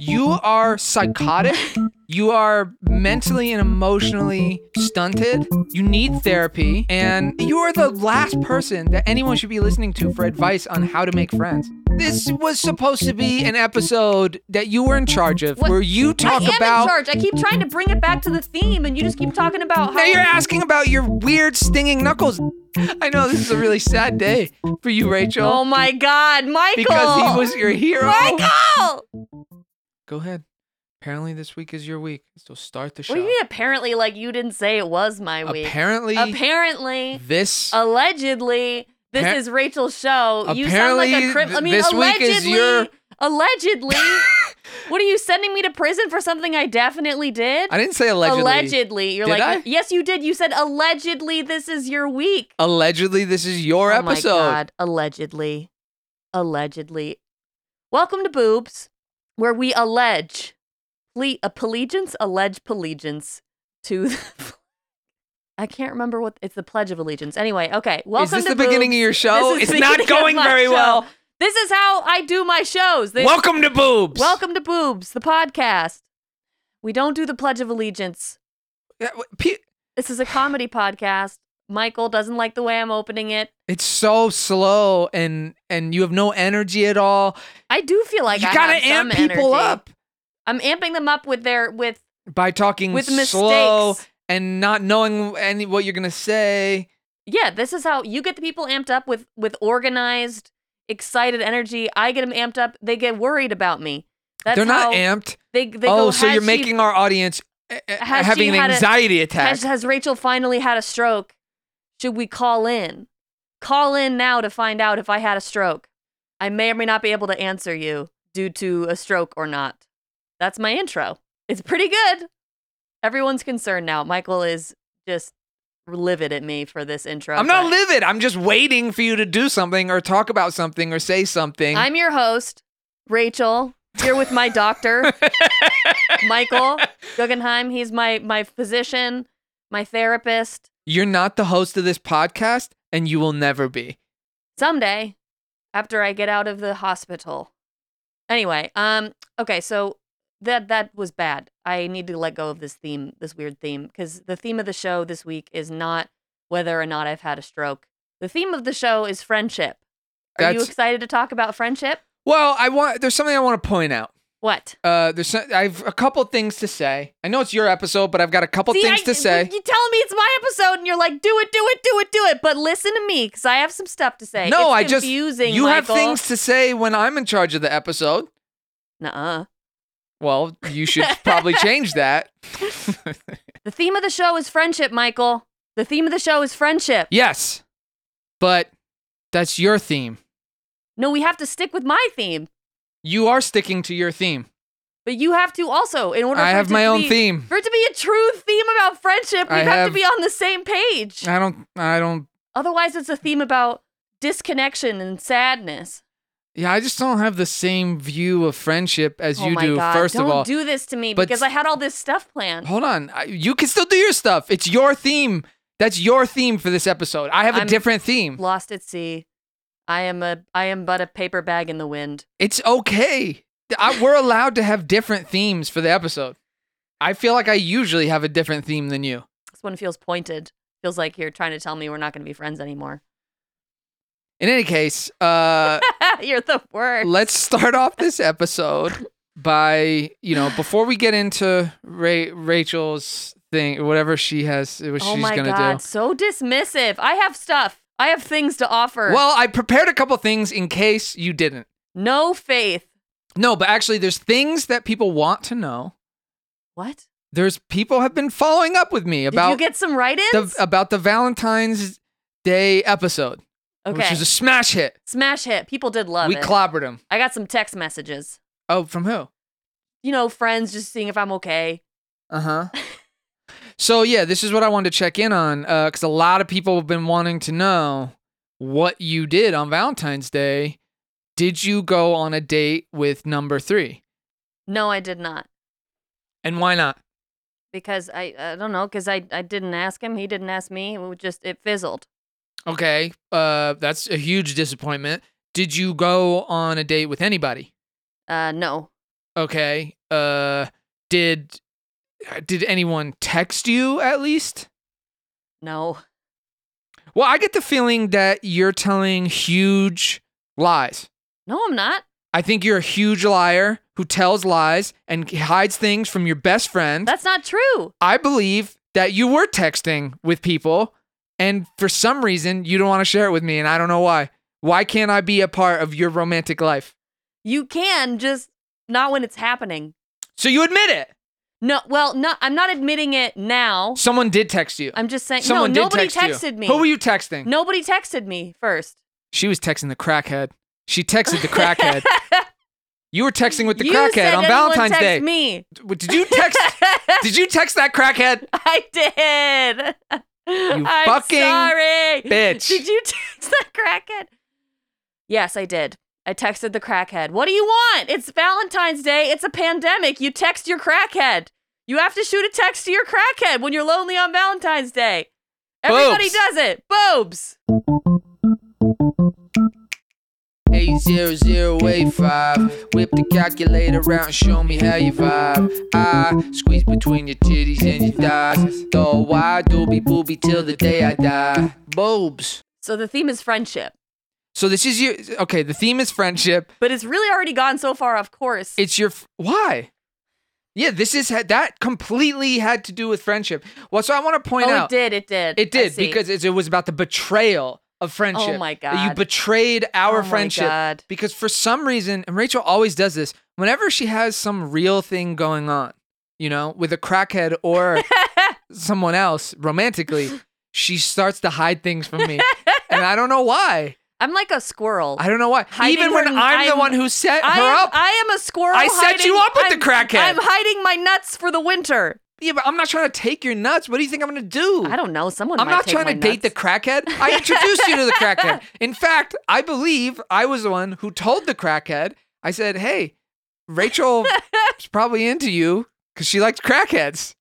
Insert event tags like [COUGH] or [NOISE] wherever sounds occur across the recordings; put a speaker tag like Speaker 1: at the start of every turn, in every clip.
Speaker 1: You are psychotic. You are mentally and emotionally stunted. You need therapy. And you are the last person that anyone should be listening to for advice on how to make friends. This was supposed to be an episode that you were in charge of
Speaker 2: What?
Speaker 1: where you talk
Speaker 2: I am
Speaker 1: about.
Speaker 2: in charge. I keep trying to bring it back to the theme, and you just keep talking about how.
Speaker 1: Now you're asking about your weird stinging knuckles. I know this is a really sad day for you, Rachel,
Speaker 2: oh my God, Michael!
Speaker 1: because he was your hero. [LAUGHS]
Speaker 2: Michael.
Speaker 1: Go ahead. Apparently, this week is your week, so start the show.
Speaker 2: What do you mean? Apparently, like you didn't say it was my week.
Speaker 1: Apparently,
Speaker 2: Apparently,
Speaker 1: this
Speaker 2: allegedly, this
Speaker 1: Appar-
Speaker 2: is Rachel's show. You sound like
Speaker 1: Apparently,
Speaker 2: a crim. I
Speaker 1: th-
Speaker 2: mean,
Speaker 1: this week
Speaker 2: allegedly,
Speaker 1: is your-
Speaker 2: allegedly.
Speaker 1: [LAUGHS]
Speaker 2: what are you sending me to prison for something I definitely did?
Speaker 1: I didn't say allegedly.
Speaker 2: Allegedly, you're
Speaker 1: Did
Speaker 2: like,
Speaker 1: I?
Speaker 2: yes, you did. You said allegedly, this is your week.
Speaker 1: Allegedly, this is your
Speaker 2: oh
Speaker 1: episode.
Speaker 2: my god, allegedly, allegedly. Welcome to Boobs, where we allege, ple- a allegiance, allege allegiance to. The- [LAUGHS] I can't remember what it's the Pledge of Allegiance. Anyway, okay. Welcome
Speaker 1: is this
Speaker 2: to
Speaker 1: the beginning
Speaker 2: Boobs.
Speaker 1: of your show?
Speaker 2: This is
Speaker 1: It's
Speaker 2: the
Speaker 1: not
Speaker 2: beginning of
Speaker 1: going
Speaker 2: my
Speaker 1: very
Speaker 2: show.
Speaker 1: well.
Speaker 2: This is how I do my shows. This-
Speaker 1: Welcome to boobs.
Speaker 2: welcome to Boobs, the podcast. We don't do the Pledge of Allegiance.
Speaker 1: Yeah, w- pe-
Speaker 2: This is a comedy podcast. Michael doesn't like the way I'm opening it.
Speaker 1: It's so slow, and and you have no energy at all.
Speaker 2: I do feel like
Speaker 1: you
Speaker 2: I
Speaker 1: gotta
Speaker 2: have
Speaker 1: amp
Speaker 2: some
Speaker 1: people
Speaker 2: energy.
Speaker 1: up
Speaker 2: I'm amping them up with their with
Speaker 1: by talking
Speaker 2: with
Speaker 1: slow
Speaker 2: mistakes.
Speaker 1: and not knowing any what you're gonna say.
Speaker 2: Yeah, this is how you get the people amped up with with organized, excited energy. I get them amped up. They get worried about me. That's
Speaker 1: They're not
Speaker 2: how
Speaker 1: amped.
Speaker 2: They, they
Speaker 1: oh,
Speaker 2: go,
Speaker 1: so
Speaker 2: "Has
Speaker 1: you're
Speaker 2: she-
Speaker 1: making our audience uh, uh,
Speaker 2: has
Speaker 1: having
Speaker 2: she
Speaker 1: an
Speaker 2: had a-
Speaker 1: anxiety attack.
Speaker 2: has, has Rachel finally had a stroke? Should we call in? Call in now to find out if I had a stroke. I may or may not be able to answer you due to a stroke or not. That's my intro. It's pretty good. Everyone's concerned now. Michael is just livid at me for this intro.
Speaker 1: I'm not
Speaker 2: but-
Speaker 1: livid. I'm just waiting for you to do something or talk about something or say something.
Speaker 2: I'm your host, Rachel. Here with
Speaker 1: [LAUGHS]
Speaker 2: my doctor, Michael Guggenheim. He's my my physician, my therapist.
Speaker 1: You're not the host of this podcast, and you will never be.
Speaker 2: someday after I get out of the hospital. Anyway, um okay, so that that was bad. I need to let go of this theme, this weird theme cuz the theme of the show this week is not whether or not I've had a stroke. The theme of the show is friendship. Are you
Speaker 1: That's-
Speaker 2: excited to talk about friendship?
Speaker 1: Well, I want. There's something I want to point out.
Speaker 2: What?
Speaker 1: Uh, there's some, I've a couple things to say. I know it's your episode, but I've got a couple
Speaker 2: See,
Speaker 1: things
Speaker 2: I-
Speaker 1: to say.
Speaker 2: You tell me it's my episode and you're like, do it, do it, do it, do it. But listen to me because I have some stuff to say.
Speaker 1: no,
Speaker 2: It's
Speaker 1: I just
Speaker 2: confusing,
Speaker 1: you have
Speaker 2: Michael.
Speaker 1: things to say when I'm in charge of the episode.
Speaker 2: Nuh-uh.
Speaker 1: Well, you
Speaker 2: [LAUGHS]
Speaker 1: should probably change that. [LAUGHS]
Speaker 2: The theme of the show is friendship, Michael. The theme of the show is friendship.
Speaker 1: yes, but that's your theme.
Speaker 2: No, we have to stick with my theme,
Speaker 1: You are sticking to your theme.
Speaker 2: but you have to also in order.
Speaker 1: I
Speaker 2: for it
Speaker 1: have
Speaker 2: to
Speaker 1: my own
Speaker 2: be-
Speaker 1: theme.
Speaker 2: For it to be a true theme about friendship, we
Speaker 1: I
Speaker 2: have,
Speaker 1: have-
Speaker 2: to be on the same page.
Speaker 1: I don't. I don't.
Speaker 2: Otherwise, it's a theme about disconnection and sadness.
Speaker 1: Yeah, I just don't have the same view of friendship as
Speaker 2: oh
Speaker 1: you
Speaker 2: my
Speaker 1: do.
Speaker 2: God!
Speaker 1: 1st
Speaker 2: Don't
Speaker 1: of all,
Speaker 2: do this to me
Speaker 1: But-
Speaker 2: because I had all this stuff planned.
Speaker 1: hold on. I, you can still do your stuff. It's your theme. That's your theme for this episode. I have a
Speaker 2: I'm-
Speaker 1: different theme.
Speaker 2: Lost at sea. I am a. I am but a paper bag in the wind.
Speaker 1: It's okay. I, we're allowed to have different themes for the episode. I feel like I usually have a different theme than you.
Speaker 2: This one feels pointed. Feels like you're trying to tell me we're not going to be friends anymore. [LAUGHS]
Speaker 1: In any case, uh,
Speaker 2: you're the worst.
Speaker 1: let's start off this episode by you know before we get into Ra- Rachel's thing, whatever she has, what
Speaker 2: oh
Speaker 1: she's
Speaker 2: my
Speaker 1: gonna
Speaker 2: god,
Speaker 1: do.
Speaker 2: so dismissive. I have stuff. I have things to offer.
Speaker 1: Well, I prepared a couple things in case you didn't.
Speaker 2: no faith.
Speaker 1: No, but actually, there's things that people want to know.
Speaker 2: What?
Speaker 1: There's people have been following up with me
Speaker 2: Did you
Speaker 1: about
Speaker 2: get some write-ins?
Speaker 1: the uh, about the Valentine's Day episode,
Speaker 2: okay.
Speaker 1: which was a smash hit.
Speaker 2: Smash hit. People did love
Speaker 1: we
Speaker 2: it.
Speaker 1: clobbered him.
Speaker 2: I got some text messages.
Speaker 1: Oh, from who?
Speaker 2: You know, friends just seeing if I'm okay.
Speaker 1: Uh
Speaker 2: [LAUGHS]
Speaker 1: huh. so yeah, this is what I wanted to check in on because a lot of people have been wanting to know what you did on Valentine's Day. Did you go on a date with number three?
Speaker 2: No, I did not.
Speaker 1: And why not?
Speaker 2: Because I, I don't know, because I, I didn't ask him. He didn't ask me. It was just, it fizzled.
Speaker 1: Okay, uh, that's a huge disappointment. Did you go on a date with anybody?
Speaker 2: Uh, no.
Speaker 1: Okay. Uh did uh, did anyone text you at least?
Speaker 2: No.
Speaker 1: Well, I get the feeling that you're telling huge lies.
Speaker 2: No, I'm not.
Speaker 1: I think you're a huge liar who tells lies and hides things from your best friend.
Speaker 2: That's not true.
Speaker 1: I believe that you were texting with people and for some reason you don't want to share it with me and I don't know why. Why can't I be a part of your romantic life?
Speaker 2: You can just not when it's happening.
Speaker 1: So you admit it.
Speaker 2: No, well, no, I'm not admitting it now.
Speaker 1: Someone did text you.
Speaker 2: I'm just saying.
Speaker 1: Someone
Speaker 2: no,
Speaker 1: did
Speaker 2: nobody
Speaker 1: text you.
Speaker 2: texted me.
Speaker 1: Who were you texting?
Speaker 2: Nobody texted me first.
Speaker 1: She was texting the crackhead. She texted the
Speaker 2: [LAUGHS]
Speaker 1: crackhead. you were texting with the
Speaker 2: you
Speaker 1: crackhead
Speaker 2: said
Speaker 1: on
Speaker 2: anyone
Speaker 1: Valentine's
Speaker 2: text
Speaker 1: Day.
Speaker 2: Me. [LAUGHS]
Speaker 1: What- Did you text Did you text that crackhead?
Speaker 2: I did. You [LAUGHS] I'm
Speaker 1: fucking
Speaker 2: sorry.
Speaker 1: bitch.
Speaker 2: Did you [LAUGHS] text the crackhead? Yes, I did. I texted the crackhead. What do you want? It's Valentine's Day. It's a pandemic. You text your crackhead. You have to shoot a text to your crackhead when you're lonely on Valentine's Day. Everybody
Speaker 1: Boobs.
Speaker 2: does it. Boobs.
Speaker 1: 80085. Whip the calculator out and show me how you vibe. I squeeze between your titties and your thighs. Though I doobie booby till the day I die. Boobs.
Speaker 2: So the theme is friendship,
Speaker 1: So this is your okay. The theme is friendship.
Speaker 2: but it's really already gone so far off course.
Speaker 1: It's your f- why. Yeah, this is ha- that completely had to do with friendship. Well, so I want to point
Speaker 2: oh, it
Speaker 1: out
Speaker 2: did. It did.
Speaker 1: it
Speaker 2: I
Speaker 1: did
Speaker 2: see. Oh
Speaker 1: because it's- it was about the betrayal of friendship.
Speaker 2: my
Speaker 1: That You
Speaker 2: God.
Speaker 1: betrayed our
Speaker 2: Oh my
Speaker 1: friendship
Speaker 2: God.
Speaker 1: because for some reason, and Rachel always does this. Whenever she has some real thing going on, you know, with a crackhead
Speaker 2: [LAUGHS]
Speaker 1: or someone else romantically, she starts to hide things from me, and I don't know why.
Speaker 2: I'm like a squirrel.
Speaker 1: I don't know why.
Speaker 2: Hiding
Speaker 1: Even when
Speaker 2: her-
Speaker 1: I'm, the
Speaker 2: I'm-
Speaker 1: one who set
Speaker 2: I
Speaker 1: her
Speaker 2: am,
Speaker 1: up.
Speaker 2: I am a squirrel.
Speaker 1: I set you
Speaker 2: hiding-
Speaker 1: up with the
Speaker 2: I'm-
Speaker 1: crackhead.
Speaker 2: I'm hiding my nuts for the winter.
Speaker 1: yeah, but I'm not trying to take your nuts. What do you think I'm going to do?
Speaker 2: I don't know. Someone.
Speaker 1: I'm
Speaker 2: might
Speaker 1: not
Speaker 2: take
Speaker 1: trying
Speaker 2: my
Speaker 1: to date
Speaker 2: [LAUGHS]
Speaker 1: the
Speaker 2: nuts.
Speaker 1: crackhead. I introduced you to the
Speaker 2: [LAUGHS]
Speaker 1: crackhead. In fact, I believe I was the one who told the crackhead. I said, "Hey,
Speaker 2: [LAUGHS]
Speaker 1: Rachel is probably into you because she likes crackheads."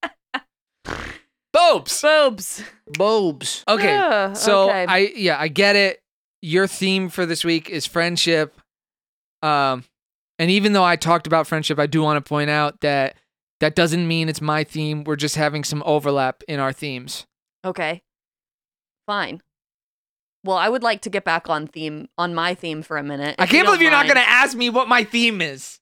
Speaker 1: Bobes.
Speaker 2: boobs.
Speaker 1: Bobes. Okay.
Speaker 2: Ugh,
Speaker 1: So
Speaker 2: Uh, okay.
Speaker 1: I yeah I get it. Your theme for this week is friendship. Um, and even though I talked about friendship, I do want to point out that that doesn't mean it's my theme. We're just having some overlap in our themes.
Speaker 2: okay, fine. Well, I would like to get back on theme on my theme for a minute.
Speaker 1: I
Speaker 2: if you
Speaker 1: can't believe
Speaker 2: don't
Speaker 1: you're not
Speaker 2: mind.
Speaker 1: going to ask me what my theme
Speaker 2: [LAUGHS]
Speaker 1: is.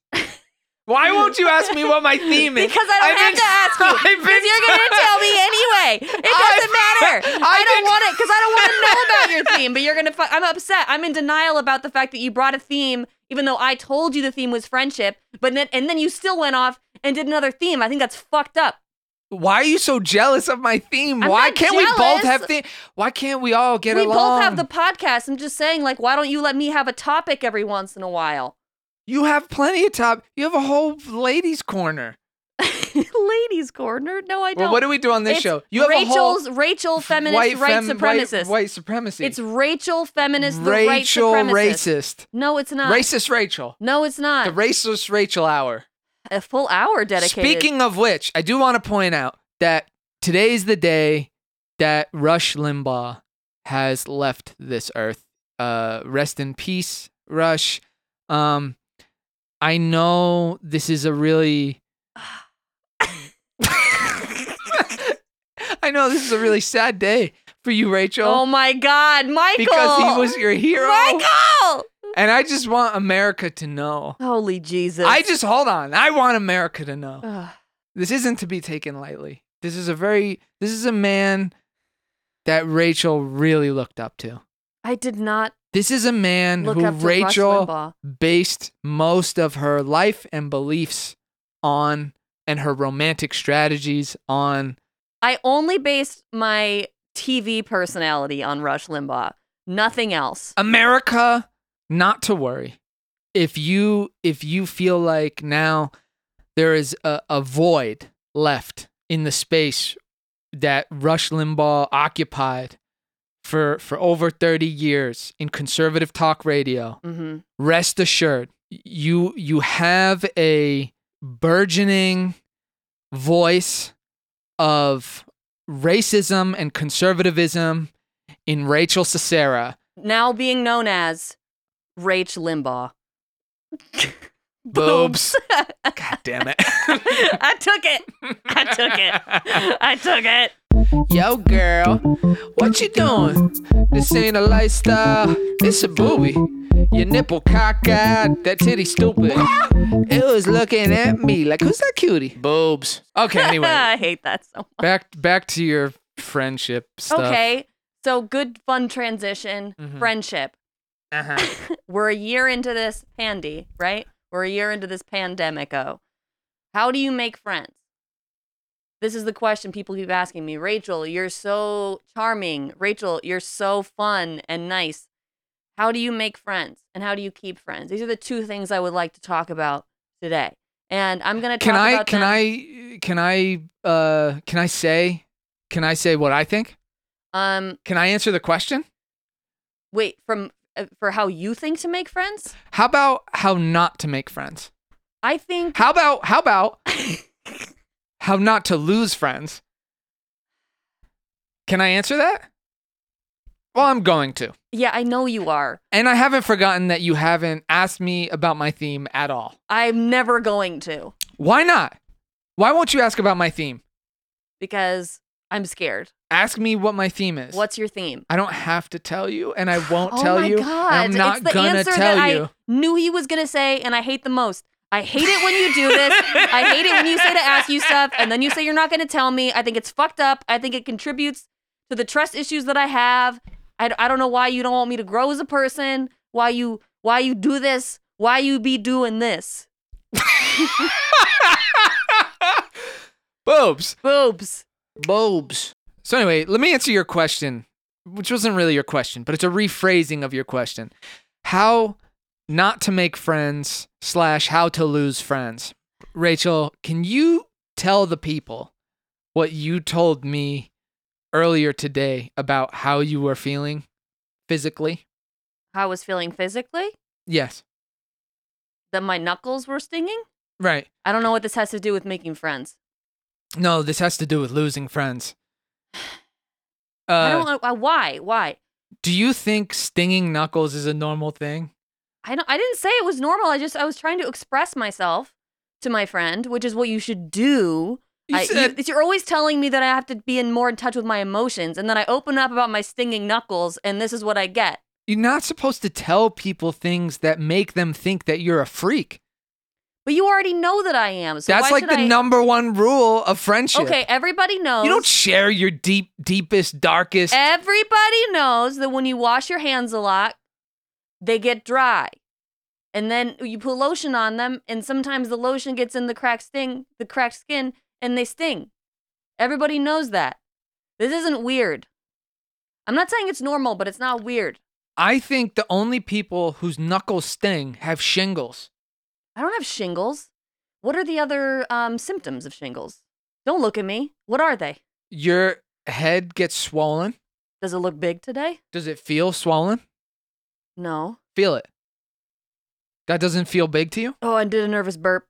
Speaker 1: Why won't you ask me what my theme is?
Speaker 2: Because I don't
Speaker 1: I've
Speaker 2: have
Speaker 1: been-
Speaker 2: to ask you.
Speaker 1: [LAUGHS] I've been
Speaker 2: Because you're gonna tell me anyway. It [LAUGHS] doesn't matter.
Speaker 1: I've
Speaker 2: I don't
Speaker 1: been-
Speaker 2: want it because I don't want to know about [LAUGHS] your theme. But you're gonna. Fi- I'm upset. I'm in denial about the fact that you brought a theme, even though I told you the theme was friendship. But then, and then you still went off and did another theme. I think that's fucked up.
Speaker 1: Why are you so jealous of my theme?
Speaker 2: I'm
Speaker 1: Why
Speaker 2: not
Speaker 1: can't we both
Speaker 2: jealous.
Speaker 1: have theme? Why can't we all get
Speaker 2: we
Speaker 1: along?
Speaker 2: both have the podcast. I'm just saying, like, why don't you let me have a topic every once in a while?
Speaker 1: you have plenty of top. You have a whole ladies' corner.
Speaker 2: [LAUGHS] Ladies' corner? No, I don't.
Speaker 1: Well, what do we do on this
Speaker 2: It's
Speaker 1: show? You have a whole
Speaker 2: Rachel's Rachel feminist
Speaker 1: white
Speaker 2: right
Speaker 1: fem-
Speaker 2: supremacist.
Speaker 1: White, white supremacy.
Speaker 2: It's Rachel feminist the right
Speaker 1: Rachel
Speaker 2: supremacist.
Speaker 1: racist.
Speaker 2: No, it's not.
Speaker 1: Racist Rachel.
Speaker 2: No, it's
Speaker 1: The
Speaker 2: not.
Speaker 1: racist Rachel hour.
Speaker 2: a full hour dedicated.
Speaker 1: Speaking of which, I do want to point out that today's the day that Rush Limbaugh has left this earth. Uh, rest in peace, Rush. Um, I know this is a
Speaker 2: [LAUGHS]
Speaker 1: really. [LAUGHS] I know this is a really sad day for you, Rachel,
Speaker 2: oh my God, Michael!
Speaker 1: because he was your hero.
Speaker 2: Michael.
Speaker 1: And I just want America to know.
Speaker 2: Holy Jesus!
Speaker 1: I just hold on. I want America to know
Speaker 2: Ugh.
Speaker 1: this isn't to be taken lightly. This is a very this is a man that Rachel really looked up to.
Speaker 2: I did not
Speaker 1: This is a man
Speaker 2: look
Speaker 1: who
Speaker 2: up to Rush
Speaker 1: Rachel
Speaker 2: Limbaugh.
Speaker 1: based most of her life and beliefs on and her romantic strategies on.
Speaker 2: I only based my TV personality on Rush Limbaugh. Nothing else.
Speaker 1: America, not to worry. If you if you feel like now there is a, a void left in the space that Rush Limbaugh occupied for for over 30 years in conservative talk radio,
Speaker 2: hmm
Speaker 1: rest assured, you you have a burgeoning voice of racism and conservatism in Rachel Cicera. [LAUGHS]
Speaker 2: Now being known as Rach Limbaugh.
Speaker 1: boobs. [LAUGHS] God damn it. [LAUGHS]
Speaker 2: [LAUGHS] I took it. I took it. I took it.
Speaker 1: Yo, girl, what you doing? This ain't a lifestyle, it's a booby. Your nipple cockeyed, that titty stupid. it was looking at me like, who's that cutie? Boobs. Okay, [LAUGHS] anyway,
Speaker 2: Ah, I hate that so much.
Speaker 1: back back to your friendship stuff.
Speaker 2: Okay. So good fun transition.
Speaker 1: Mhm.
Speaker 2: Friendship.
Speaker 1: Uh-huh.
Speaker 2: We're a year into this pandy, right? We're a year into this pandemic oh. How do you make friends? This is the question people keep asking me. Rachel, you're so charming. Rachel, you're so fun and nice. How do you make friends and how do you keep friends? These are the two things I would like to talk about today. And I'm going to talk
Speaker 1: Can I
Speaker 2: about
Speaker 1: can
Speaker 2: them-
Speaker 1: I can I uh can I say can I say what I think?
Speaker 2: um
Speaker 1: Can I answer the question?
Speaker 2: wait, from uh, for how you think to make friends?
Speaker 1: How about how not to make friends?
Speaker 2: I think
Speaker 1: How about how about how not to lose friends? Can I answer that? Well, I'm going to.
Speaker 2: yeah, I know you are.
Speaker 1: And I haven't forgotten that you haven't asked me about my theme at all.
Speaker 2: I'm never going to
Speaker 1: Why not? Why won't you ask about my theme?
Speaker 2: because I'm scared.
Speaker 1: Ask me what my theme is.
Speaker 2: What's your theme?
Speaker 1: I don't have to tell you and I won't
Speaker 2: oh
Speaker 1: tell
Speaker 2: my
Speaker 1: you. and
Speaker 2: God.
Speaker 1: I'm not
Speaker 2: it's the
Speaker 1: gonna
Speaker 2: answer
Speaker 1: tell
Speaker 2: that
Speaker 1: you.
Speaker 2: I knew he was going to say, and I hate the most. I hate it when you do this. I hate it when you say to ask you stuff, and then you say you're not going to tell me. I think it's fucked up. I think it contributes to the trust issues that I have. I, I don't know why you don't want me to grow as a person. Why you why you do this? Why you be doing this?
Speaker 1: Boobs.
Speaker 2: Boobs.
Speaker 1: Bobes. So anyway, let me answer your question, which wasn't really your question, but it's a rephrasing of your question. How not to make friends slash how to lose friends. Rachel, can you tell the people what you told me earlier today about how you were feeling physically?
Speaker 2: How I was feeling physically.
Speaker 1: Yes.
Speaker 2: That my knuckles were stinging.
Speaker 1: Right.
Speaker 2: I don't know what this has to do with making friends.
Speaker 1: No, this has to do with losing friends. Uh,
Speaker 2: [SIGHS] I don't. I, why? Why?
Speaker 1: do you think stinging knuckles is a normal thing?
Speaker 2: I don't, I didn't say it was normal. I just I was trying to express myself to my friend, which is what you should do.
Speaker 1: You
Speaker 2: I,
Speaker 1: said-
Speaker 2: you, are always telling me that I have to be in more in touch with my emotions, and then I open up about my stinging knuckles, and this is what I get.
Speaker 1: You're not supposed to tell people things that make them think that you're a freak.
Speaker 2: But you already know that I am. So
Speaker 1: That's
Speaker 2: why
Speaker 1: like
Speaker 2: should
Speaker 1: the
Speaker 2: I-
Speaker 1: number one rule of friendship.
Speaker 2: Okay, um, everybody knows.
Speaker 1: You don't share your deep, deepest, darkest.
Speaker 2: eh. Everybody knows that when you wash your hands a lot, they get dry. And then you put lotion on them, and sometimes the lotion gets in the cracked sting, the cracked skin, and they sting. Everybody knows that. This isn't weird. I'm not saying it's normal, but it's not weird.
Speaker 1: I think the only people whose knuckles sting have shingles.
Speaker 2: I don't have shingles. What are the other um, symptoms of shingles? Don't look at me. What are they?
Speaker 1: Your head gets swollen.
Speaker 2: Does it look big today?
Speaker 1: Does it feel swollen?
Speaker 2: No.
Speaker 1: Feel it. That doesn't feel big to you?
Speaker 2: [LAUGHS]
Speaker 1: [LAUGHS]
Speaker 2: Oh, I did a nervous burp.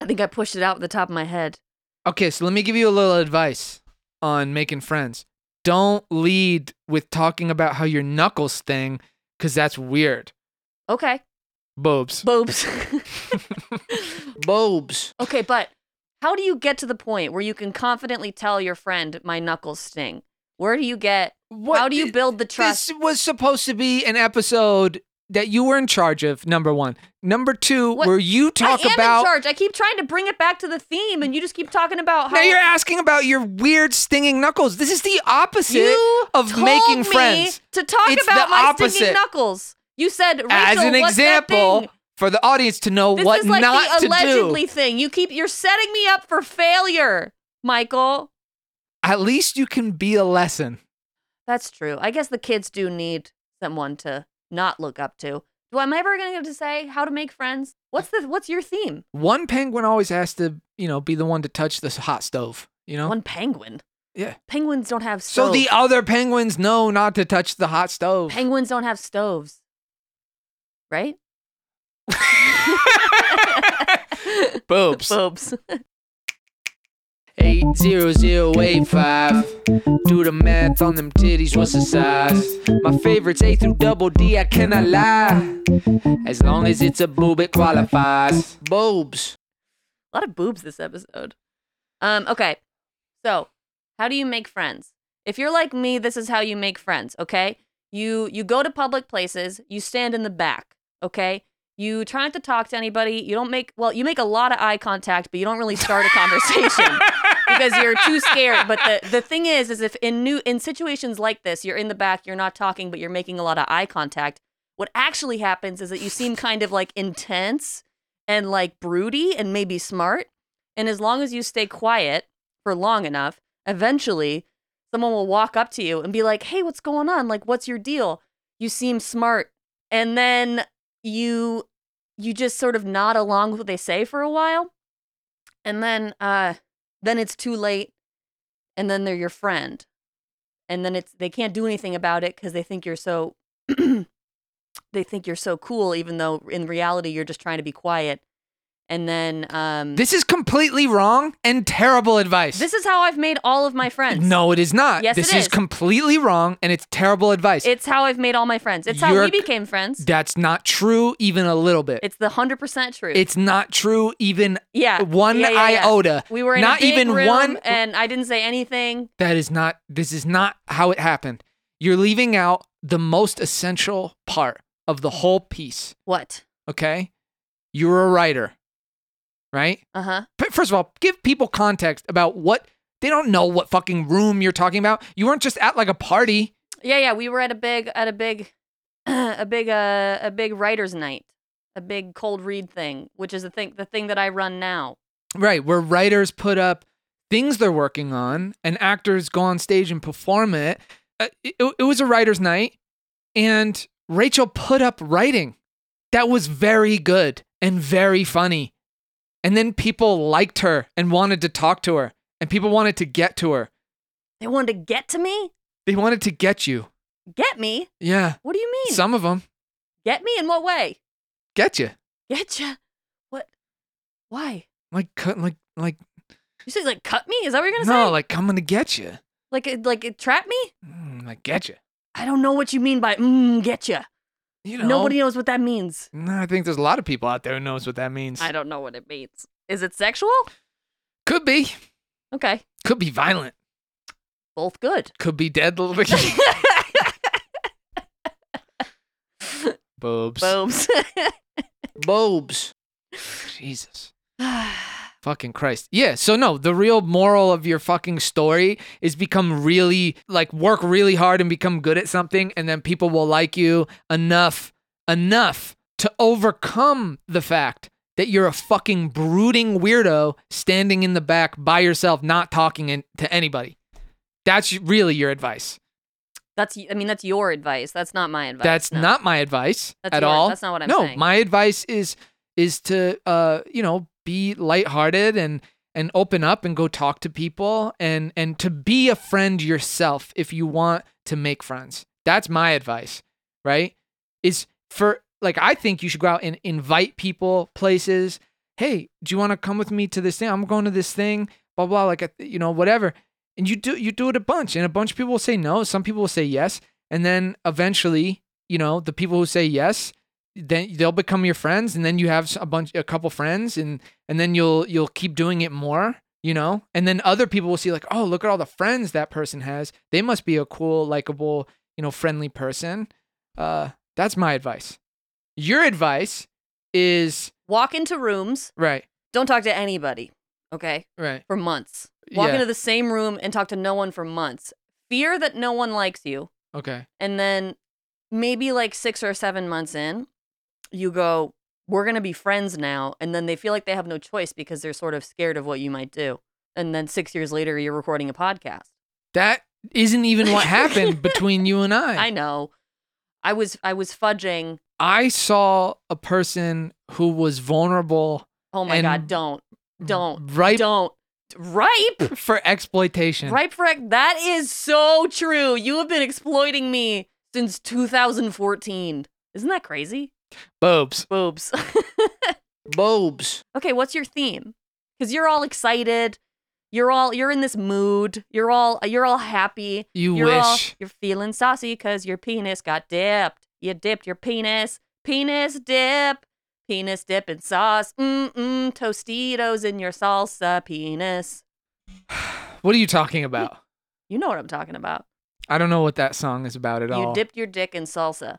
Speaker 2: I think I pushed it out the top of my head.
Speaker 1: Okay, so let me give you a little advice on making friends. Don't lead with talking about how your knuckles sting, because that's weird.
Speaker 2: Okay.
Speaker 1: Bobes.
Speaker 2: Boobs. [LAUGHS]
Speaker 1: Bobes.
Speaker 2: okay, but how do you get to the point where you can confidently tell your friend my knuckles sting? Where do you get
Speaker 1: What
Speaker 2: how do you
Speaker 1: thi-
Speaker 2: build the trust?
Speaker 1: This was supposed to be an episode that you were in charge of. Number one. Number two,
Speaker 2: What?
Speaker 1: where you talk
Speaker 2: I am
Speaker 1: about.
Speaker 2: in charge. I keep trying to bring it back to the theme and you just keep talking about how
Speaker 1: Now you're asking about your weird stinging knuckles. This is the opposite
Speaker 2: You
Speaker 1: of
Speaker 2: told
Speaker 1: making
Speaker 2: me
Speaker 1: friends.
Speaker 2: To talk
Speaker 1: It's
Speaker 2: about
Speaker 1: the
Speaker 2: my
Speaker 1: opposite.
Speaker 2: stinging knuckles. You said Rachel,
Speaker 1: As an
Speaker 2: what's that
Speaker 1: example,
Speaker 2: thing?
Speaker 1: for the audience to know
Speaker 2: This
Speaker 1: what
Speaker 2: is like
Speaker 1: not to
Speaker 2: the
Speaker 1: do.
Speaker 2: allegedly thing. You keep you're setting me up for failure, Michael.
Speaker 1: At least you can be a lesson.
Speaker 2: That's true. I guess the kids do need someone to not look up to. Do I'm ever gonna get to say how to make friends? What's the what's your theme?
Speaker 1: One penguin always has to, you know, be the one to touch this hot stove, you know?
Speaker 2: One penguin.
Speaker 1: yeah.
Speaker 2: Penguins don't have
Speaker 1: So
Speaker 2: stoves.
Speaker 1: the other penguins know not to touch the hot stove. [LAUGHS]
Speaker 2: penguins don't have stoves. Right? [LAUGHS]
Speaker 1: Boobs.
Speaker 2: Boobs.
Speaker 1: Hey, 0085. Do the math on them titties, what's the size? My favorites A through double D, I cannot lie. As long as it's a boob, it qualifies.
Speaker 2: [LAUGHS]
Speaker 1: Boobs.
Speaker 2: A lot of boobs this episode. Um, okay. So, how do you make friends? If you're like me, this is how you make friends, okay? You you go to public places, you stand in the back, okay? You try not to talk to anybody. You don't make well, you make a lot of eye contact, but you don't really start a conversation because you're too scared. But the, the thing is is if in new in situations like this, you're in the back, you're not talking, but you're making a lot of eye contact, what actually happens is that you seem kind of like intense and like broody and maybe smart. And as long as you stay quiet for long enough, eventually someone will walk up to you and be like, hey, what's going on? Like, what's your deal? You seem smart. And then you you just sort of nod along with what they say for a while. And then uh then it's too late. And then they're your friend. And then it's they can't do anything about it because they think you're so [CLEARS THROAT] they think you're so cool, even though in reality you're just trying to be quiet. And then um
Speaker 1: This is completely wrong and terrible advice.
Speaker 2: this is how I've made all of my friends.
Speaker 1: no, it is not.
Speaker 2: Yes,
Speaker 1: this
Speaker 2: it
Speaker 1: is
Speaker 2: is.
Speaker 1: completely wrong and it's terrible advice.
Speaker 2: It's how I've made all my friends. It's how
Speaker 1: You're-
Speaker 2: we became friends.
Speaker 1: That's not true, even a little bit.
Speaker 2: It's the hundred percent truth.
Speaker 1: It's not true, even
Speaker 2: yeah,
Speaker 1: one
Speaker 2: yeah, yeah, yeah.
Speaker 1: iota.
Speaker 2: We were in
Speaker 1: not
Speaker 2: a big
Speaker 1: even
Speaker 2: room
Speaker 1: one.
Speaker 2: and I didn't say anything.
Speaker 1: That is not. This is not how it happened. You're leaving out the most essential part of the whole piece.
Speaker 2: What?
Speaker 1: Okay, you're a writer, right?
Speaker 2: Uh huh.
Speaker 1: But First of all, give people context about what they don't know. What fucking room you're talking about? You weren't just at like a party.
Speaker 2: Yeah, yeah. We were at a big, at a big, [CLEARS THROAT] a big, uh, a big writers' night, a big cold read thing, which is the thing, the thing that I run now.
Speaker 1: Right, where writers put up things they're working on and actors go on stage and perform it. Uh, It, it was a writer's night, and Rachel put up writing that was very good and very funny. And then people liked her and wanted to talk to her, and people wanted to get to her.
Speaker 2: They wanted to get to me.
Speaker 1: They wanted to get you.
Speaker 2: Get me?
Speaker 1: Yeah,
Speaker 2: What do you mean?
Speaker 1: some of them
Speaker 2: get me in what way?
Speaker 1: get you.
Speaker 2: Get ya? What? Why?
Speaker 1: Like, cut, like, like,
Speaker 2: You say like cut me? Is that what you're gonna
Speaker 1: no,
Speaker 2: say?
Speaker 1: like, I'm gonna get you.
Speaker 2: Like, it- like it trap me?
Speaker 1: Mm, like, get you.
Speaker 2: I don't know what you mean by mm, get ya.
Speaker 1: You know,
Speaker 2: Nobody knows what that means.
Speaker 1: No, I think there's a lot of people out there who knows what that means.
Speaker 2: I don't know what it means. Is it sexual?
Speaker 1: Could be.
Speaker 2: Okay,
Speaker 1: Could be violent.
Speaker 2: both good.
Speaker 1: Could be dead. Boobs.
Speaker 2: Boobs. [SIGHS]
Speaker 1: Boobs. Jesus. Fucking Christ. Yeah. So, no, the real moral of your fucking story is become really, like, work really hard and become good at something. And then people will like you enough, enough to overcome the fact that you're a fucking brooding weirdo standing in the back by yourself, not talking in, to anybody. That's really your advice.
Speaker 2: [LAUGHS] that's. I mean, that's your advice. That's not my advice.
Speaker 1: That's
Speaker 2: no.
Speaker 1: not my advice
Speaker 2: That's
Speaker 1: at
Speaker 2: yours.
Speaker 1: all.
Speaker 2: That's not what I'm
Speaker 1: no,
Speaker 2: saying.
Speaker 1: my advice is is to uh, you know, be lighthearted and and open up and go talk to people and and to be a friend yourself if you want to make friends. That's my advice, right? Is for like I think you should go out and invite people places. Hey, do you want to come with me to this thing? I'm going to this thing, blah blah like I th- you know, whatever. And you do you do it a bunch and a bunch of people will say no, some people will say yes, and then eventually you know the people who say yes then they'll become your friends and then you have s- a bunch a couple friends and and then you'll you'll keep doing it more you know and then other people will see like oh look at all the friends that person has they must be a cool likable you know friendly person uh that's my advice your advice is
Speaker 2: Walk into rooms.
Speaker 1: right
Speaker 2: Don't talk to anybody. Okay,
Speaker 1: right
Speaker 2: for months. Walk
Speaker 1: Yeah.
Speaker 2: into the same room and talk to no one for months. Fear that no one likes you,
Speaker 1: okay
Speaker 2: and then maybe like six or seven months in, you go, "We're gonna be friends now," and then they feel like they have no choice because they're sort of scared of what you might do. And then six years later, you're recording a podcast.
Speaker 1: that isn't even what happened between you and
Speaker 2: I know. I was I was fudging.
Speaker 1: I saw a person who was vulnerable
Speaker 2: Oh my
Speaker 1: And-
Speaker 2: god, don't. Don't.
Speaker 1: right
Speaker 2: Don't. Ripe.
Speaker 1: for exploitation
Speaker 2: Ripe for ex- that is so true. You have been exploiting me since 2014. Isn't that crazy?
Speaker 1: boobs
Speaker 2: Boobs.
Speaker 1: boobs
Speaker 2: okay, what's your theme? Cuz you're all excited You're all you're in this mood. You're all you're all happy.
Speaker 1: You
Speaker 2: you're all-
Speaker 1: wish.
Speaker 2: you're feeling saucy because your penis got dipped. You dipped your penis. Penis dip. Penis dip in sauce. Mm mm. Tostitos in your salsa. Penis.
Speaker 1: What are you talking about?
Speaker 2: You know what I'm talking about.
Speaker 1: I don't know what that song is about at
Speaker 2: you
Speaker 1: all.
Speaker 2: dipped your dick in salsa.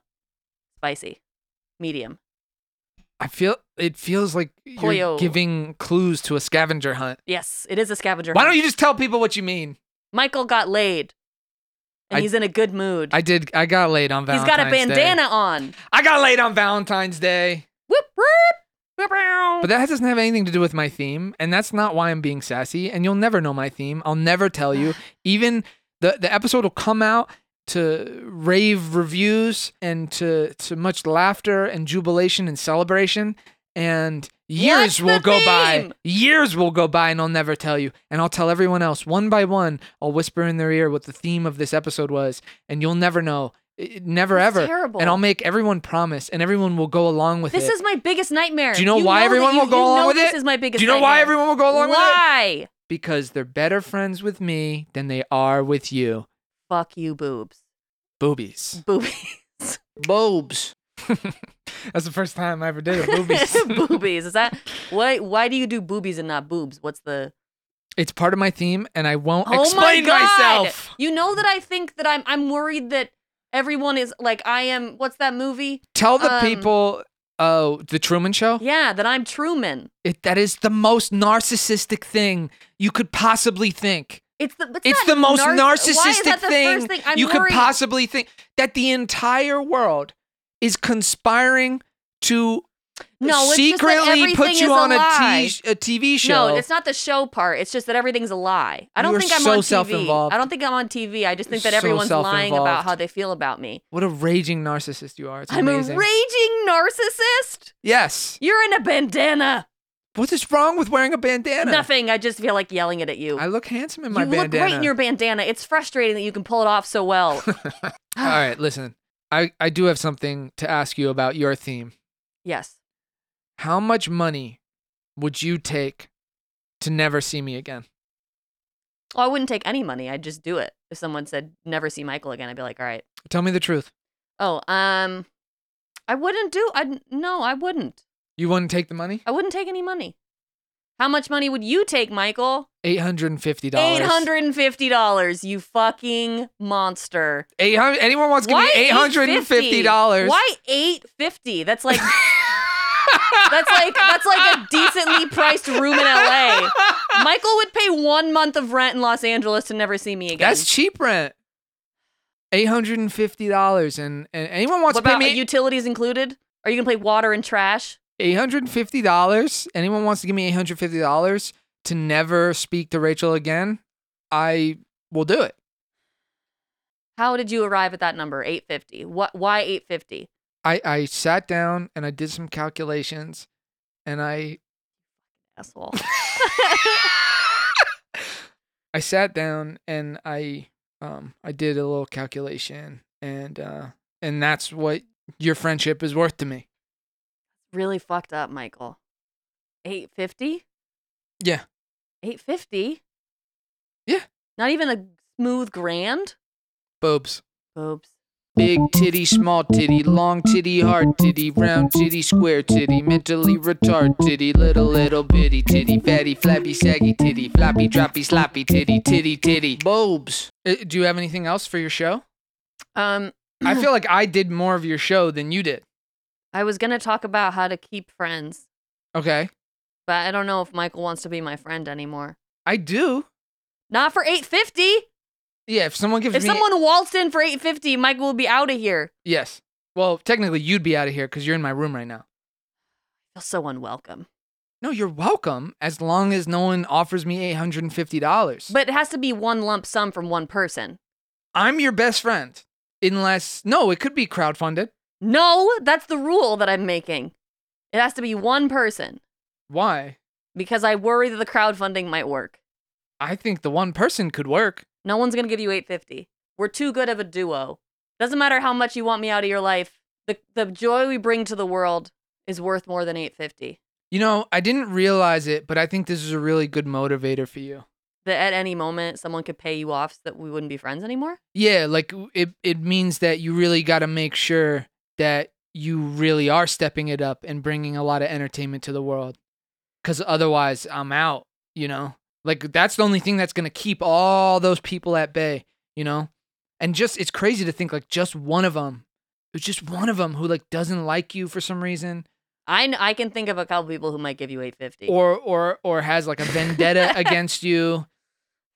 Speaker 2: Spicy. Medium.
Speaker 1: I feel it feels like you're
Speaker 2: Pollo.
Speaker 1: giving clues to a scavenger hunt.
Speaker 2: Yes, it is a scavenger.
Speaker 1: Why
Speaker 2: hunt.
Speaker 1: don't you just tell people what you mean?
Speaker 2: Michael got laid, and
Speaker 1: I-
Speaker 2: he's in a good mood.
Speaker 1: I did. I got laid on
Speaker 2: he's
Speaker 1: Valentine's Day.
Speaker 2: got a bandana on.
Speaker 1: I got laid on Valentine's Day.
Speaker 2: Whoop whoop. Whoop, whoop.
Speaker 1: But that doesn't have anything to do with my theme, and that's not why I'm being sassy. And you'll never know my theme. I'll never tell
Speaker 2: [SIGHS]
Speaker 1: you. Even the the episode will come out to rave reviews and to to much laughter and jubilation and celebration. And years
Speaker 2: What's
Speaker 1: will
Speaker 2: the
Speaker 1: go by.
Speaker 2: theme?
Speaker 1: Years will go by, and I'll never tell you. And I'll tell everyone else one by one. I'll whisper in their ear what the theme of this episode was, and you'll never know. It- it- never
Speaker 2: That's
Speaker 1: ever.
Speaker 2: terrible.
Speaker 1: And I'll make everyone promise, and everyone will go along with
Speaker 2: This
Speaker 1: it.
Speaker 2: is my biggest nightmare.
Speaker 1: Do you know why
Speaker 2: that
Speaker 1: everyone
Speaker 2: you-
Speaker 1: will go
Speaker 2: you
Speaker 1: along
Speaker 2: know
Speaker 1: with
Speaker 2: this
Speaker 1: it?
Speaker 2: is my biggest.
Speaker 1: Do you know why
Speaker 2: nightmare.
Speaker 1: everyone will go along with it?
Speaker 2: why?
Speaker 1: because they're better friends with me than they are with you.
Speaker 2: Fuck you, boobs. [LAUGHS]
Speaker 1: Boobies.
Speaker 2: Boobies. [LAUGHS]
Speaker 1: Boobs. [LAUGHS] That's the first time I ever did it. Boobies.
Speaker 2: [LAUGHS] Oh boobies. Is that why? Why do you do boobies and not boobs? What's the?
Speaker 1: [LAUGHS] it's part of my theme, and I won't
Speaker 2: Oh
Speaker 1: explain
Speaker 2: my God!
Speaker 1: myself.
Speaker 2: You know that I think that I'm. I'm worried that everyone is like I am. What's that movie?
Speaker 1: Tell the
Speaker 2: Um,
Speaker 1: people. Oh, the Truman Show?
Speaker 2: Yeah, that I'm Truman.
Speaker 1: It, that is the most narcissistic thing you could possibly think.
Speaker 2: It's the. It's,
Speaker 1: It's,
Speaker 2: not
Speaker 1: the most
Speaker 2: nar- Why is
Speaker 1: narcissistic
Speaker 2: that the
Speaker 1: thing,
Speaker 2: first thing? I'm
Speaker 1: you
Speaker 2: worried.
Speaker 1: could possibly think. That the entire world is conspiring to
Speaker 2: no, it's just that
Speaker 1: secretly
Speaker 2: everything
Speaker 1: put
Speaker 2: is
Speaker 1: you on a,
Speaker 2: lie.
Speaker 1: t- a TV show.
Speaker 2: No, it's not the show part. It's just that everything's a lie. I don't
Speaker 1: You are
Speaker 2: think I'm
Speaker 1: so
Speaker 2: on TV.
Speaker 1: self-involved.
Speaker 2: I don't think I'm on TV. I just think
Speaker 1: You're
Speaker 2: that
Speaker 1: so
Speaker 2: everyone's lying about
Speaker 1: self-involved.
Speaker 2: how they feel about me.
Speaker 1: what a raging narcissist you are. It's
Speaker 2: I'm
Speaker 1: amazing.
Speaker 2: a raging narcissist.
Speaker 1: yes.
Speaker 2: You're in a
Speaker 1: [CLEARS THROAT]
Speaker 2: bandana.
Speaker 1: What is wrong with wearing a bandana?
Speaker 2: Nothing. I just feel like yelling it at you.
Speaker 1: I look handsome in
Speaker 2: you
Speaker 1: my
Speaker 2: look
Speaker 1: bandana.
Speaker 2: great in your bandana. It's frustrating that you can pull it off
Speaker 1: [LAUGHS]
Speaker 2: so well.
Speaker 1: All right, listen. I, I do have something to ask you about your theme.
Speaker 2: Yes.
Speaker 1: How much money would you take to never see me again?
Speaker 2: Oh, I wouldn't take any money. I'd just do it. If someone said never see Michael again, I'd be like, all right.
Speaker 1: Tell me the truth.
Speaker 2: Oh, um, I wouldn't do. I no, I wouldn't.
Speaker 1: You wouldn't take the money?
Speaker 2: I wouldn't take any money. How much money would you take, Michael?
Speaker 1: $850.
Speaker 2: Eight hundred and fifty dollars. You fucking monster.
Speaker 1: 800 Anyone wants to give me $850?
Speaker 2: Why eight fifty? That's like [LAUGHS] that's like that's
Speaker 1: [LAUGHS]
Speaker 2: like a decently priced room in [LAUGHS] LA. Michael would pay one month of rent in Los Angeles to never see me again.
Speaker 1: That's cheap rent. Eight hundred and fifty dollars, and and anyone wants
Speaker 2: what
Speaker 1: to pay
Speaker 2: about
Speaker 1: me
Speaker 2: utilities included? Are you gonna play water and trash?
Speaker 1: eight hundred and fifty dollars? Anyone wants to give me eight hundred fifty dollars to never speak to Rachel again? I will do it.
Speaker 2: How did you arrive at that number? Eight fifty. What? Why eight fifty?
Speaker 1: I I sat down and I did some calculations, and I
Speaker 2: Asshole.
Speaker 1: I sat down and I um I did a little calculation, and uh and that's what your friendship is worth to me.
Speaker 2: really fucked up, Michael. 850?
Speaker 1: Yeah.
Speaker 2: 850?
Speaker 1: Yeah.
Speaker 2: Not even a smooth grand?
Speaker 1: Boobs.
Speaker 2: Boobs.
Speaker 1: Big titty, small titty, long titty, hard titty, round titty, square titty, mentally retarded titty, little little bitty titty, fatty, flabby, saggy titty, floppy, droppy, sloppy titty, titty, titty, bulbs. do you have anything else for your show?
Speaker 2: Um,
Speaker 1: I feel like I did more of your show than you did.
Speaker 2: I was gonna talk about how to keep friends,
Speaker 1: Okay,
Speaker 2: but I don't know if Michael wants to be my friend anymore.
Speaker 1: I do.
Speaker 2: Not for 850.
Speaker 1: Yeah, if someone gives
Speaker 2: If
Speaker 1: me
Speaker 2: someone waltzed in for 850, Michael will be out of here.
Speaker 1: yes. Well, technically you'd be out of here because you're in my room right now.
Speaker 2: I feel so unwelcome.
Speaker 1: No, you're welcome as long as no one offers me eight hundred and fifty dollars.
Speaker 2: But it has to be one lump sum from one person.
Speaker 1: I'm your best friend. Unless no, it could be crowdfunded.
Speaker 2: No, that's the rule that I'm making. It has to be one person
Speaker 1: Why?
Speaker 2: because I worry that the crowdfunding might work.
Speaker 1: I think the one person could work.
Speaker 2: No one's gonna give you 850. We're too good of a duo. Doesn't matter how much you want me out of your life. The the joy we bring to the world is worth more than 850.
Speaker 1: You know, I didn't realize it, but I think this is a really good motivator for you.
Speaker 2: that at any moment someone could pay you off so that we wouldn't be friends anymore?
Speaker 1: Yeah, like it it means that you really got to make sure that you really are stepping it up and bringing a lot of entertainment to the world. Cuz otherwise I'm out, you know. Like that's the only thing that's going to keep all those people at bay, you know. And just it's crazy to think like just one of them, it's just one of them who like doesn't like you for some reason
Speaker 2: I kn- I can think of a couple people who might give you 850.
Speaker 1: or or or has like a vendetta against you,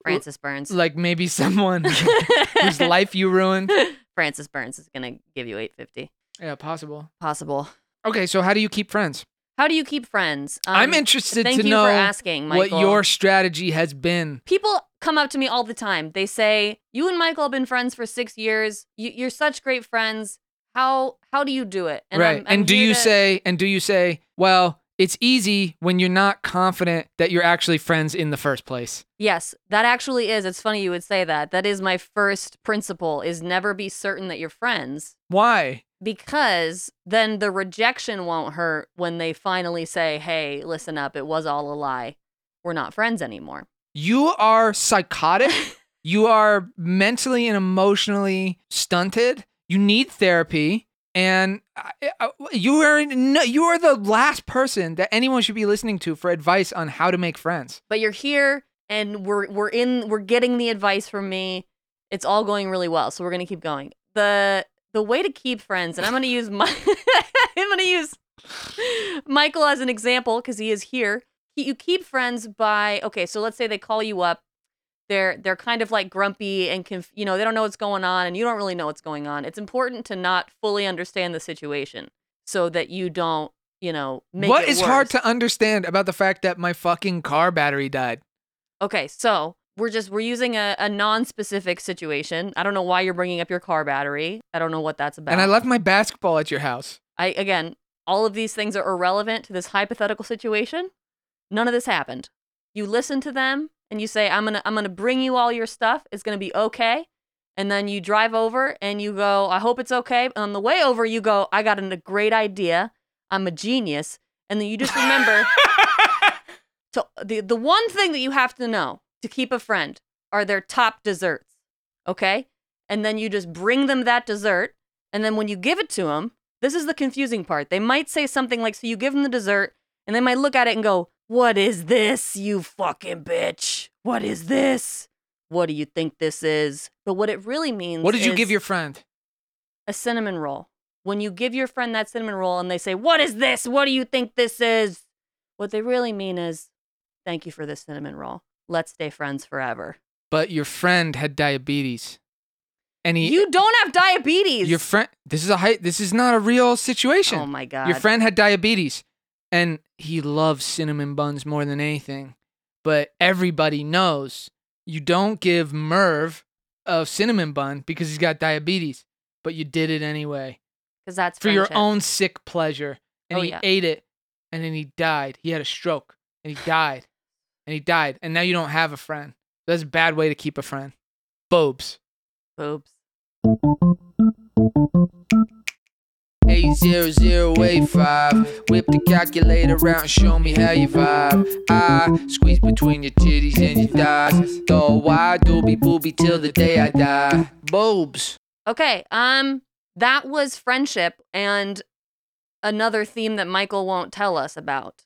Speaker 2: Francis Burns. [LAUGHS]
Speaker 1: like maybe someone [LAUGHS] whose life you ruined.
Speaker 2: Francis Burns is going to give you 850.
Speaker 1: Yeah, possible.
Speaker 2: Possible.
Speaker 1: Okay, so how do you keep friends?
Speaker 2: How do you keep friends? Um,
Speaker 1: I'm interested
Speaker 2: thank
Speaker 1: to
Speaker 2: you
Speaker 1: know
Speaker 2: for asking,
Speaker 1: what
Speaker 2: Michael.
Speaker 1: your strategy has been.
Speaker 2: people come up to me all the time. They say, "You and Michael have been friends for six years. You, you're such great friends. How how do you do it?"
Speaker 1: right.
Speaker 2: I'm- I'm
Speaker 1: and do
Speaker 2: here
Speaker 1: you
Speaker 2: to-
Speaker 1: say and do you say, well, it's easy when you're not confident that you're actually friends in the first place.
Speaker 2: yes? That actually is. It's funny you would say that. That is my first principle: is never be certain that you're friends,
Speaker 1: Why?
Speaker 2: because then the rejection won't hurt when they finally say, "Hey, listen up. It was all a lie. We're not friends anymore."
Speaker 1: You are
Speaker 2: [LAUGHS]
Speaker 1: psychotic. you are mentally and emotionally stunted. You need therapy. And I, I, you are no, you are the last person that anyone should be listening to for advice on how to make friends.
Speaker 2: but you're here and we're we're in we're getting the advice from me. It's all going really well, so we're gonna keep going. the The way to keep friends, and I'm gonna use my [LAUGHS] I'm gonna use Michael as an example because he is here. He- You keep friends by okay, so let's say they call you up. They're they're kind of like grumpy and conf- you know they don't know what's going on and you don't really know what's going on. It's important to not fully understand the situation so that you don't you know make
Speaker 1: what
Speaker 2: it
Speaker 1: is hard
Speaker 2: worse.
Speaker 1: to understand about the fact that my fucking car battery died?
Speaker 2: Okay, so we're just we're using a, a non-specific situation. I don't know why you're bringing up your car battery. I don't know what that's about.
Speaker 1: And I left my basketball at your house.
Speaker 2: I again, all of these things are irrelevant to this hypothetical situation. None of this happened. You listen to them and you say, "I'm gonna I'm gonna bring you all your stuff. It's gonna be okay." And then you drive over and you go, "I hope it's okay." And on the way over, you go, "I got an- a great idea. I'm a genius." And then you just remember.
Speaker 1: [LAUGHS]
Speaker 2: to the the one thing that you have to know to keep a friend are their top desserts, okay? And then you just bring them that dessert, and then when you give it to them, this is the confusing part. They might say something like, "So you give them the dessert," and they might look at it and go, "What is this, you fucking bitch? What is this? What do you think this is?" But what it really means
Speaker 1: What did you give
Speaker 2: is
Speaker 1: your friend?
Speaker 2: a cinnamon roll. When you give your friend that cinnamon roll and they say, What is this? What do you think this is? What they really mean is, Thank you for this cinnamon roll. Let's stay friends forever.
Speaker 1: But your friend had diabetes. And he
Speaker 2: You don't have diabetes.
Speaker 1: your friend this is a high this is not a real situation.
Speaker 2: oh my God.
Speaker 1: Your friend had diabetes and he loves cinnamon buns more than anything. But everybody knows you don't give Merv a cinnamon bun because he's got diabetes, but you did it anyway
Speaker 2: Because that's
Speaker 1: for your
Speaker 2: friendship.
Speaker 1: own sick pleasure. And
Speaker 2: Oh,
Speaker 1: he
Speaker 2: yeah.
Speaker 1: ate it and then he died. He had a stroke and he died and he died. And now you don't have a friend. That's a bad way to keep a friend. Bobes.
Speaker 2: boobs.
Speaker 1: Eight zero zero eight five. Whip the calculator out and show me how you vibe. I squeeze between your titties and your thighs. Go wide doobie booby till the day I die. Boobs.
Speaker 2: Okay. Um, that was friendship and another theme that Michael won't tell us about.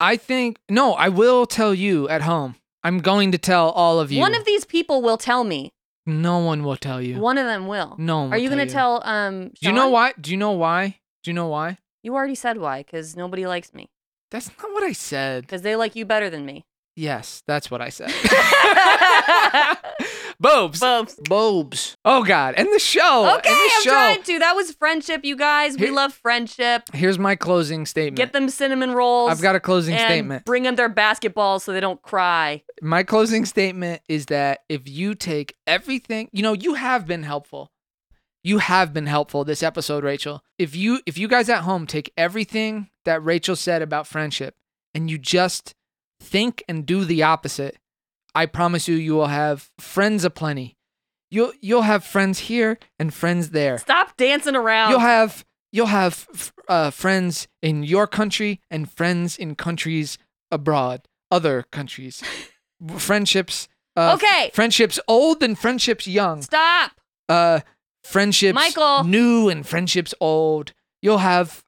Speaker 1: I think no. I will tell you at home. I'm going to tell all of you.
Speaker 2: One of these people will tell me.
Speaker 1: no one will tell you.
Speaker 2: One of them will.
Speaker 1: No. One
Speaker 2: Are you
Speaker 1: going
Speaker 2: gonna
Speaker 1: to
Speaker 2: tell um
Speaker 1: Do you know
Speaker 2: Sean?
Speaker 1: why? Do you know why? Do you know why?
Speaker 2: You already said why, because nobody likes me.
Speaker 1: That's not what I said.
Speaker 2: Because they like you better than me.
Speaker 1: Yes, that's what I
Speaker 2: [LAUGHS]
Speaker 1: said. Boobs.
Speaker 2: Boobs.
Speaker 1: Boobs. Oh God! End the show. End
Speaker 2: okay,
Speaker 1: the
Speaker 2: I'm
Speaker 1: show.
Speaker 2: trying to. That was friendship, you guys. We
Speaker 1: Here-
Speaker 2: love friendship.
Speaker 1: Here's my closing statement.
Speaker 2: Get them cinnamon rolls.
Speaker 1: I've got a closing
Speaker 2: and
Speaker 1: statement.
Speaker 2: Bring them their basketballs so they don't cry.
Speaker 1: My closing statement is that if you take everything, you know, you have been helpful. You have been helpful this episode, Rachel. If you if you guys at home take everything that Rachel said about friendship and you just think and do the opposite, I promise you you will have friends aplenty. You'll you'll have friends here and friends there.
Speaker 2: Stop dancing around.
Speaker 1: You'll have you'll have f- uh, friends in your country
Speaker 2: [LAUGHS]
Speaker 1: and friends in countries abroad, other countries. Friendships Uh,
Speaker 2: Okay.
Speaker 1: Friendships old and friendships young.
Speaker 2: Stop.
Speaker 1: Uh, friendships
Speaker 2: Michael.
Speaker 1: new and friendships old. You'll have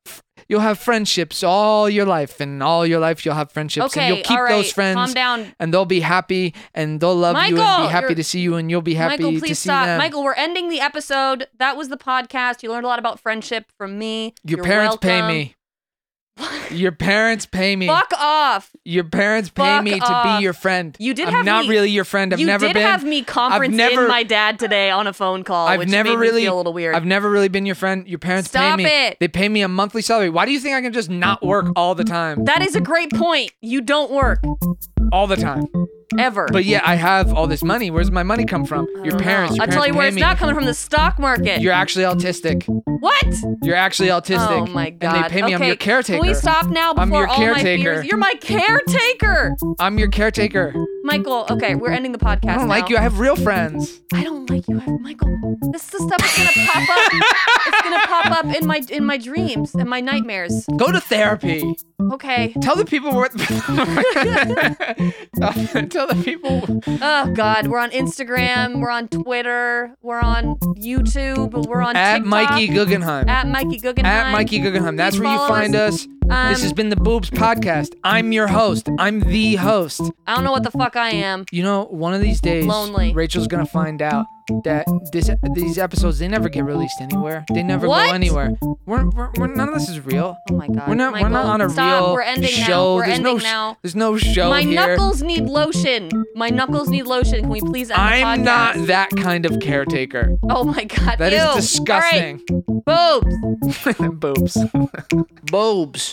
Speaker 1: you'll have friendships all your life, and all your life you'll have friendships,
Speaker 2: Okay.
Speaker 1: and you'll keep
Speaker 2: all right.
Speaker 1: those friends.
Speaker 2: Calm down.
Speaker 1: And they'll be happy, and they'll love you, and
Speaker 2: Michael,
Speaker 1: be happy
Speaker 2: you're-
Speaker 1: to see you, and you'll be happy
Speaker 2: Michael,
Speaker 1: to
Speaker 2: please
Speaker 1: see
Speaker 2: stop.
Speaker 1: them.
Speaker 2: Michael, we're ending the episode. That was the podcast. You learned a lot about friendship from me.
Speaker 1: your
Speaker 2: You're
Speaker 1: parents pay
Speaker 2: welcome.
Speaker 1: me.
Speaker 2: [LAUGHS]
Speaker 1: Your parents pay me.
Speaker 2: Fuck off.
Speaker 1: Your parents pay
Speaker 2: Fuck
Speaker 1: me to
Speaker 2: off.
Speaker 1: be your friend.
Speaker 2: You did
Speaker 1: I'm
Speaker 2: have
Speaker 1: not
Speaker 2: me-
Speaker 1: really your friend. I've
Speaker 2: you
Speaker 1: never
Speaker 2: did
Speaker 1: been.
Speaker 2: have me conference
Speaker 1: never-
Speaker 2: in my dad today on a phone call,
Speaker 1: I've
Speaker 2: which
Speaker 1: never
Speaker 2: made
Speaker 1: really-
Speaker 2: me feel a little weird.
Speaker 1: I've never really been your friend. Your parents
Speaker 2: Stop
Speaker 1: pay me.
Speaker 2: it.
Speaker 1: They pay me a monthly salary. Why do you think I can just not work all the time?
Speaker 2: That is a great point. You don't work
Speaker 1: All the time.
Speaker 2: ever.
Speaker 1: But yeah, I have all this money. Where's my money come from?
Speaker 2: I
Speaker 1: Your
Speaker 2: don't
Speaker 1: parents.
Speaker 2: know.
Speaker 1: Your
Speaker 2: I Uh-huh. tell
Speaker 1: parents
Speaker 2: you where
Speaker 1: pay
Speaker 2: it's
Speaker 1: me.
Speaker 2: not coming from the stock market.
Speaker 1: You're actually autistic. [LAUGHS]
Speaker 2: what?
Speaker 1: You're actually autistic.
Speaker 2: Oh my god.
Speaker 1: And they pay me.
Speaker 2: Okay,
Speaker 1: I'm your caretaker.
Speaker 2: Can we stop now before
Speaker 1: I'm your
Speaker 2: all
Speaker 1: caretaker.
Speaker 2: my fears? You're my caretaker.
Speaker 1: I'm your caretaker.
Speaker 2: Michael, okay, we're ending the podcast.
Speaker 1: I don't like you. I have real friends.
Speaker 2: I don't like you, I- Michael. This is the stuff that's gonna pop up. it's gonna pop up in my in my dreams and my nightmares.
Speaker 1: Go to therapy.
Speaker 2: Okay.
Speaker 1: Tell the people what. [LAUGHS] Tell the people.
Speaker 2: Oh God, we're on Instagram, we're on Twitter, we're on YouTube, we're on
Speaker 1: At
Speaker 2: TikTok.
Speaker 1: Mikey Guggenheim.
Speaker 2: At Mikey Guggenheim.
Speaker 1: At Mikey Guggenheim. That's
Speaker 2: Please
Speaker 1: where you
Speaker 2: follow
Speaker 1: find us.
Speaker 2: Um,
Speaker 1: this has been the Boobs Podcast. I'm your host. I'm the host.
Speaker 2: I don't know what the fuck I am.
Speaker 1: You know, one of these days,
Speaker 2: Lonely.
Speaker 1: Rachel's gonna find out that this these episodes they never get released anywhere. They never
Speaker 2: What?
Speaker 1: go anywhere. We're, we're, we're none of this is real.
Speaker 2: Oh my God.
Speaker 1: We're not
Speaker 2: Michael,
Speaker 1: we're not on a
Speaker 2: stop.
Speaker 1: real
Speaker 2: we're ending
Speaker 1: show.
Speaker 2: Now. We're
Speaker 1: there's
Speaker 2: ending
Speaker 1: no sh-
Speaker 2: now.
Speaker 1: there's no show
Speaker 2: My
Speaker 1: here.
Speaker 2: knuckles need lotion. My knuckles need lotion. Can we please end
Speaker 1: I'm
Speaker 2: the
Speaker 1: not
Speaker 2: podcast?
Speaker 1: that kind of caretaker.
Speaker 2: Oh my God.
Speaker 1: That is
Speaker 2: Ew.
Speaker 1: disgusting. [LAUGHS]
Speaker 2: All right. Boobs.
Speaker 1: Boobs. Boobs.